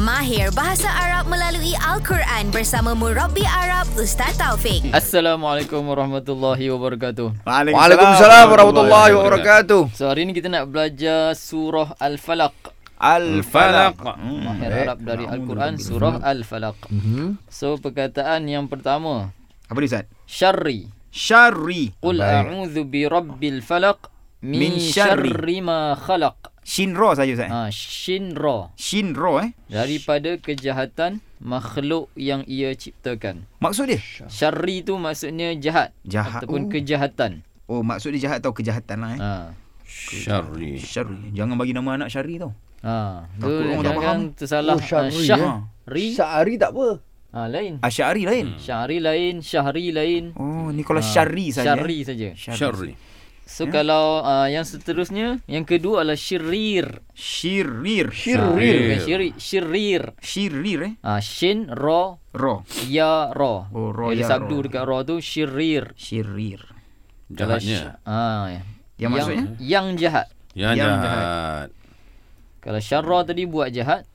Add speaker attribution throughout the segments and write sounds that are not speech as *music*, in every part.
Speaker 1: Mahir Bahasa Arab melalui Al-Quran bersama Murabi Arab Ustaz Taufik.
Speaker 2: Assalamualaikum warahmatullahi wabarakatuh.
Speaker 3: Waalaikumsalam warahmatullahi wabarakatuh.
Speaker 2: So hari ni kita nak belajar surah Al-Falaq.
Speaker 3: Al-Falaq. Hmm.
Speaker 2: Mahir Arab dari Al-Quran surah Al-Falaq.
Speaker 3: Mhm.
Speaker 2: So perkataan yang pertama,
Speaker 3: Apa ni Ustaz?
Speaker 2: syarri.
Speaker 3: Syarri.
Speaker 2: Qul a'udzu bi rabbil falaq min
Speaker 3: Min syarri. Eh.
Speaker 2: syarri ma khalaq.
Speaker 3: Shinro saja Ustaz.
Speaker 2: Ha, shin ra.
Speaker 3: Shinro eh.
Speaker 2: Daripada kejahatan makhluk yang ia ciptakan.
Speaker 3: Maksud dia?
Speaker 2: Syarri tu maksudnya jahat,
Speaker 3: Jahat.
Speaker 2: ataupun kejahatan.
Speaker 3: Oh, maksud dia jahat atau kejahatan lah eh.
Speaker 2: Ha.
Speaker 4: Syarri.
Speaker 3: Syarri. Jangan bagi nama anak Syarri tau.
Speaker 2: Ha,
Speaker 3: Takut
Speaker 2: tu
Speaker 3: orang tak
Speaker 2: jangan tersalah.
Speaker 5: Oh,
Speaker 2: Ha,
Speaker 5: syahri,
Speaker 3: ya.
Speaker 2: syahri.
Speaker 5: Sehari tak apa.
Speaker 2: Ha, lain.
Speaker 3: Asy'ari Ah, lain.
Speaker 2: Syahri lain, syahri lain. Ha,
Speaker 3: Oh, ni kalau Syarri saja. eh. Hmm?
Speaker 2: Syahri saja.
Speaker 4: Syarri.
Speaker 2: So kalau uh, yang seterusnya, yang kedua adalah Ha, syirir. Syirir.
Speaker 3: Syirir.
Speaker 4: Syirrir.
Speaker 2: Bukan syirik, syirir.
Speaker 3: Syirir Ha. eh.
Speaker 2: Ha, shin, ra,
Speaker 3: Ro.
Speaker 2: ya, ra.
Speaker 3: Oh, ra,
Speaker 2: Dia ada
Speaker 3: ya,
Speaker 2: sabdu
Speaker 3: ra.
Speaker 2: dekat ra tu, syirir.
Speaker 3: Syirir.
Speaker 2: Kalau
Speaker 4: Jahatnya.
Speaker 2: sy- Ha,
Speaker 3: Yang maksudnya?
Speaker 2: Yang jahat.
Speaker 4: Yang,
Speaker 3: Yang
Speaker 4: jahat.
Speaker 2: Kalau syarra tadi buat jahat,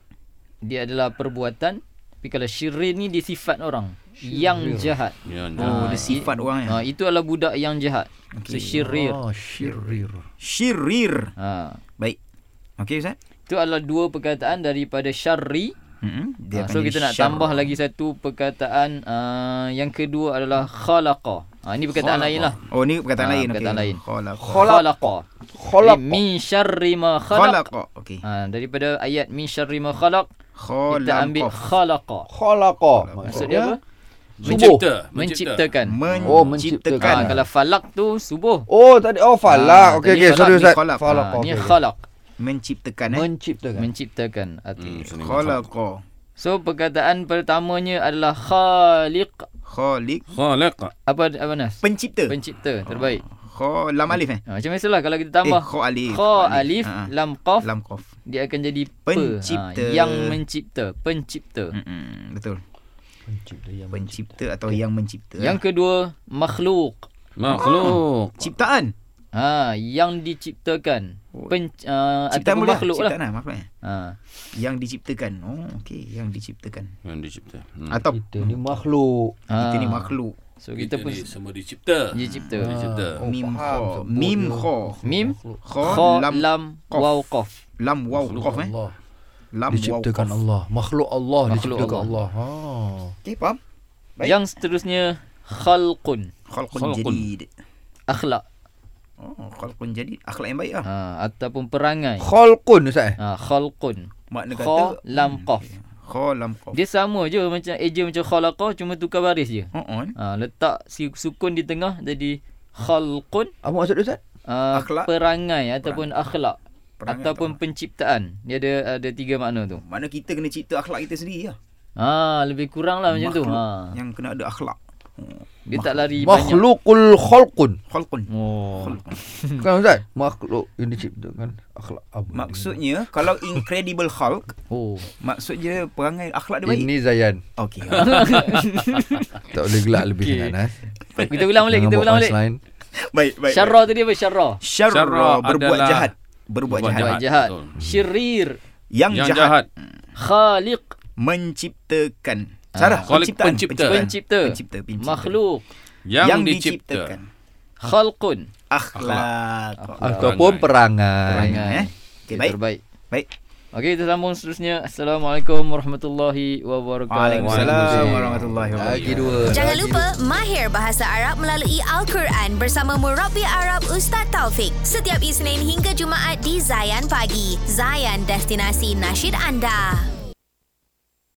Speaker 2: dia adalah perbuatan. Tapi kalau syirir ni dia sifat orang. Yang jahat.
Speaker 4: Yang
Speaker 2: Ah,
Speaker 3: Oh,
Speaker 4: jahat.
Speaker 3: dia sifat orang ya.
Speaker 2: Ha, itu adalah budak yang jahat. Okay. So, syirir.
Speaker 5: Oh, syirir.
Speaker 3: Syirir.
Speaker 2: Ha.
Speaker 3: Baik. Okey Ustaz?
Speaker 2: Itu adalah dua perkataan daripada syarri.
Speaker 3: Hmm.
Speaker 2: Dia Ah, so kita nak tambah lagi satu perkataan uh, yang kedua adalah khalaqa. Ha, ini perkataan lain lah.
Speaker 3: Oh ni perkataan
Speaker 2: Ah,
Speaker 3: lain.
Speaker 2: perkataan
Speaker 3: okey.
Speaker 2: lain.
Speaker 3: Khalaqa.
Speaker 2: Khalaqa.
Speaker 5: Kholak.
Speaker 2: Eh, Min syarri ma khalaq.
Speaker 3: Khalaqa. Okey.
Speaker 2: Ha, daripada ayat min syarri ma khalaq kita
Speaker 3: Khalaqa.
Speaker 2: ambil khalaqa.
Speaker 5: Khalaqa. Ya.
Speaker 2: Maksudnya apa?
Speaker 4: Mencipta. Hmm, Mencipta.
Speaker 2: Menciptakan.
Speaker 3: menciptakan.
Speaker 5: Oh, menciptakan.
Speaker 2: Ha, kalau falak tu subuh.
Speaker 5: Oh, tadi
Speaker 2: Ah,
Speaker 5: oh falak. Okey
Speaker 2: tadi
Speaker 5: okey,
Speaker 2: falak,
Speaker 5: sorry
Speaker 2: ni
Speaker 5: Ustaz.
Speaker 3: kholak.
Speaker 2: Ha,
Speaker 5: Falak.
Speaker 2: ni
Speaker 5: okey, kan? okey.
Speaker 2: khalaq.
Speaker 3: Menciptakan eh.
Speaker 5: Menciptakan.
Speaker 2: Menciptakan. Arti.
Speaker 4: Hmm,
Speaker 3: Khalaqa.
Speaker 2: So perkataan pertamanya adalah khaliq.
Speaker 3: Khaliq.
Speaker 4: Khalaq.
Speaker 2: Apa apa Nas?
Speaker 3: Pencipta.
Speaker 2: Pencipta terbaik.
Speaker 3: Kho lam alif eh.
Speaker 2: Ha, macam biasalah kalau kita tambah
Speaker 3: Eh, kho alif.
Speaker 2: kho alif,
Speaker 3: Ha, ha.
Speaker 2: lam qaf
Speaker 3: Lam qaf.
Speaker 2: dia akan jadi pe.
Speaker 3: Pencipta. Hmm.
Speaker 2: Ha, yang mencipta, pencipta.
Speaker 3: Mm-mm, betul.
Speaker 5: Mencipta ya, yang
Speaker 3: Pencipta atau yang
Speaker 2: Yang
Speaker 3: mencipta. eh? Yang
Speaker 2: kedua makhluk.
Speaker 4: Makhluk.
Speaker 3: ciptaan.
Speaker 2: Ha, yang diciptakan.
Speaker 3: Oh.
Speaker 2: Pen, uh,
Speaker 3: Ciptaan
Speaker 2: ataupun
Speaker 3: boleh.
Speaker 2: makhluk lah.
Speaker 3: Ciptaan lah maksudnya.
Speaker 2: Ha.
Speaker 3: Yang diciptakan. Oh, okey, yang diciptakan.
Speaker 4: Yang dicipta. Hmm.
Speaker 3: Atau
Speaker 5: Kita ni makhluk.
Speaker 2: ha.
Speaker 3: kita ni makhluk.
Speaker 2: So kita pun
Speaker 4: ni semua dicipta.
Speaker 2: dicipta.
Speaker 3: Hmm.
Speaker 4: Dicipta.
Speaker 5: Oh,
Speaker 3: Mim
Speaker 5: faham
Speaker 3: kho.
Speaker 5: sebut
Speaker 3: Mim
Speaker 5: dia.
Speaker 3: kho.
Speaker 2: Mim,
Speaker 3: Kho
Speaker 2: kho,
Speaker 3: lam
Speaker 2: lam,
Speaker 3: qaf.
Speaker 2: waw, qaf.
Speaker 3: lam waw qaf eh.
Speaker 5: Allah.
Speaker 3: Lam waw
Speaker 5: Diciptakan
Speaker 3: qaf.
Speaker 5: Allah. Makhluk Allah
Speaker 2: Makhluk
Speaker 5: diciptakan
Speaker 2: Allah.
Speaker 5: Allah. Ha.
Speaker 3: Okey, faham? Baik.
Speaker 2: Yang seterusnya khalqun,
Speaker 3: Khalqun
Speaker 4: Khalqun.
Speaker 3: jadid.
Speaker 2: akhlak.
Speaker 3: Oh, khalqun jadid. Akhlak yang baik lah.
Speaker 2: Ha, ataupun perangai.
Speaker 5: Khalqun Ustaz. eh?
Speaker 2: Ha, khalqun.
Speaker 3: Makna
Speaker 2: Kho,
Speaker 3: kata Hmm,
Speaker 2: lam, qaf.
Speaker 3: kho lam qaf.
Speaker 2: Dia sama je macam eja macam khalaqa cuma tukar baris je.
Speaker 3: Oh, on.
Speaker 2: Ha, letak si sukun di tengah jadi khalqun
Speaker 5: Apa maksud dia Ustaz?
Speaker 2: uh,
Speaker 3: Akhlak.
Speaker 2: perangai ataupun akhlak
Speaker 3: Perangai
Speaker 2: ataupun penciptaan. Dia ada ada tiga makna tu.
Speaker 3: Mana kita kena cipta akhlak kita sendiri lah.
Speaker 2: Ha, lebih kurang lah macam tu.
Speaker 3: Makhluk
Speaker 2: Ha.
Speaker 3: Yang kena ada akhlak. Oh,
Speaker 2: Dia tak lari banyak.
Speaker 5: Makhlukul khalqun.
Speaker 3: Khalqun.
Speaker 2: Oh.
Speaker 3: Khalqun.
Speaker 5: Kan Ustaz? Makhluk yang diciptakan akhlak apa?
Speaker 3: Maksudnya kalau Incredible Hulk,
Speaker 2: Oh.
Speaker 3: maksudnya perangai akhlak dia baik.
Speaker 5: Ini Zayan.
Speaker 2: *laughs*
Speaker 3: Okey. ah.
Speaker 5: Tak boleh gelak lebih
Speaker 2: Okey.
Speaker 5: sangat eh.
Speaker 2: Kita ulang balik, kita
Speaker 5: Jangan buat
Speaker 2: ulang balik.
Speaker 5: punchline.
Speaker 3: baik, baik.
Speaker 2: Syarra tadi apa syarra?
Speaker 3: Syarra
Speaker 4: Syarra
Speaker 3: berbuat
Speaker 4: adalah-
Speaker 3: jahat. Berbuat
Speaker 4: Berbuat
Speaker 3: jahat.
Speaker 2: Buat
Speaker 4: jahat.
Speaker 2: jahat.
Speaker 4: Betul.
Speaker 2: Syirir.
Speaker 3: Yang,
Speaker 4: Yang
Speaker 3: jahat,
Speaker 4: jahat.
Speaker 2: Khaliq.
Speaker 3: menciptakan. Sarah,
Speaker 4: Khalik
Speaker 3: penciptaan.
Speaker 4: pencipta.
Speaker 2: Ah. Pencipta.
Speaker 3: Pencipta, pencipta. Ha.
Speaker 2: Makhluk.
Speaker 4: Yang,
Speaker 3: yang
Speaker 4: dicipta.
Speaker 3: diciptakan.
Speaker 2: Khalqun.
Speaker 3: Akhlak.
Speaker 5: Ataupun perangai.
Speaker 3: Perangai, eh. Okey,
Speaker 2: Yang
Speaker 3: baik.
Speaker 2: Terbaik.
Speaker 3: Baik.
Speaker 2: Okey, kita sambung seterusnya. Assalamualaikum warahmatullahi wabarakatuh.
Speaker 3: Waalaikumsalam warahmatullahi
Speaker 5: Lagi
Speaker 3: wabarakatuh.
Speaker 5: dua.
Speaker 1: Jangan
Speaker 5: lagi
Speaker 1: lupa Mahir Bahasa Arab melalui Al-Quran bersama Murabi Arab Ustaz Taufik. Setiap Isnin hingga Jumaat di Zayan Pagi. Zayan, destinasi nasyid anda.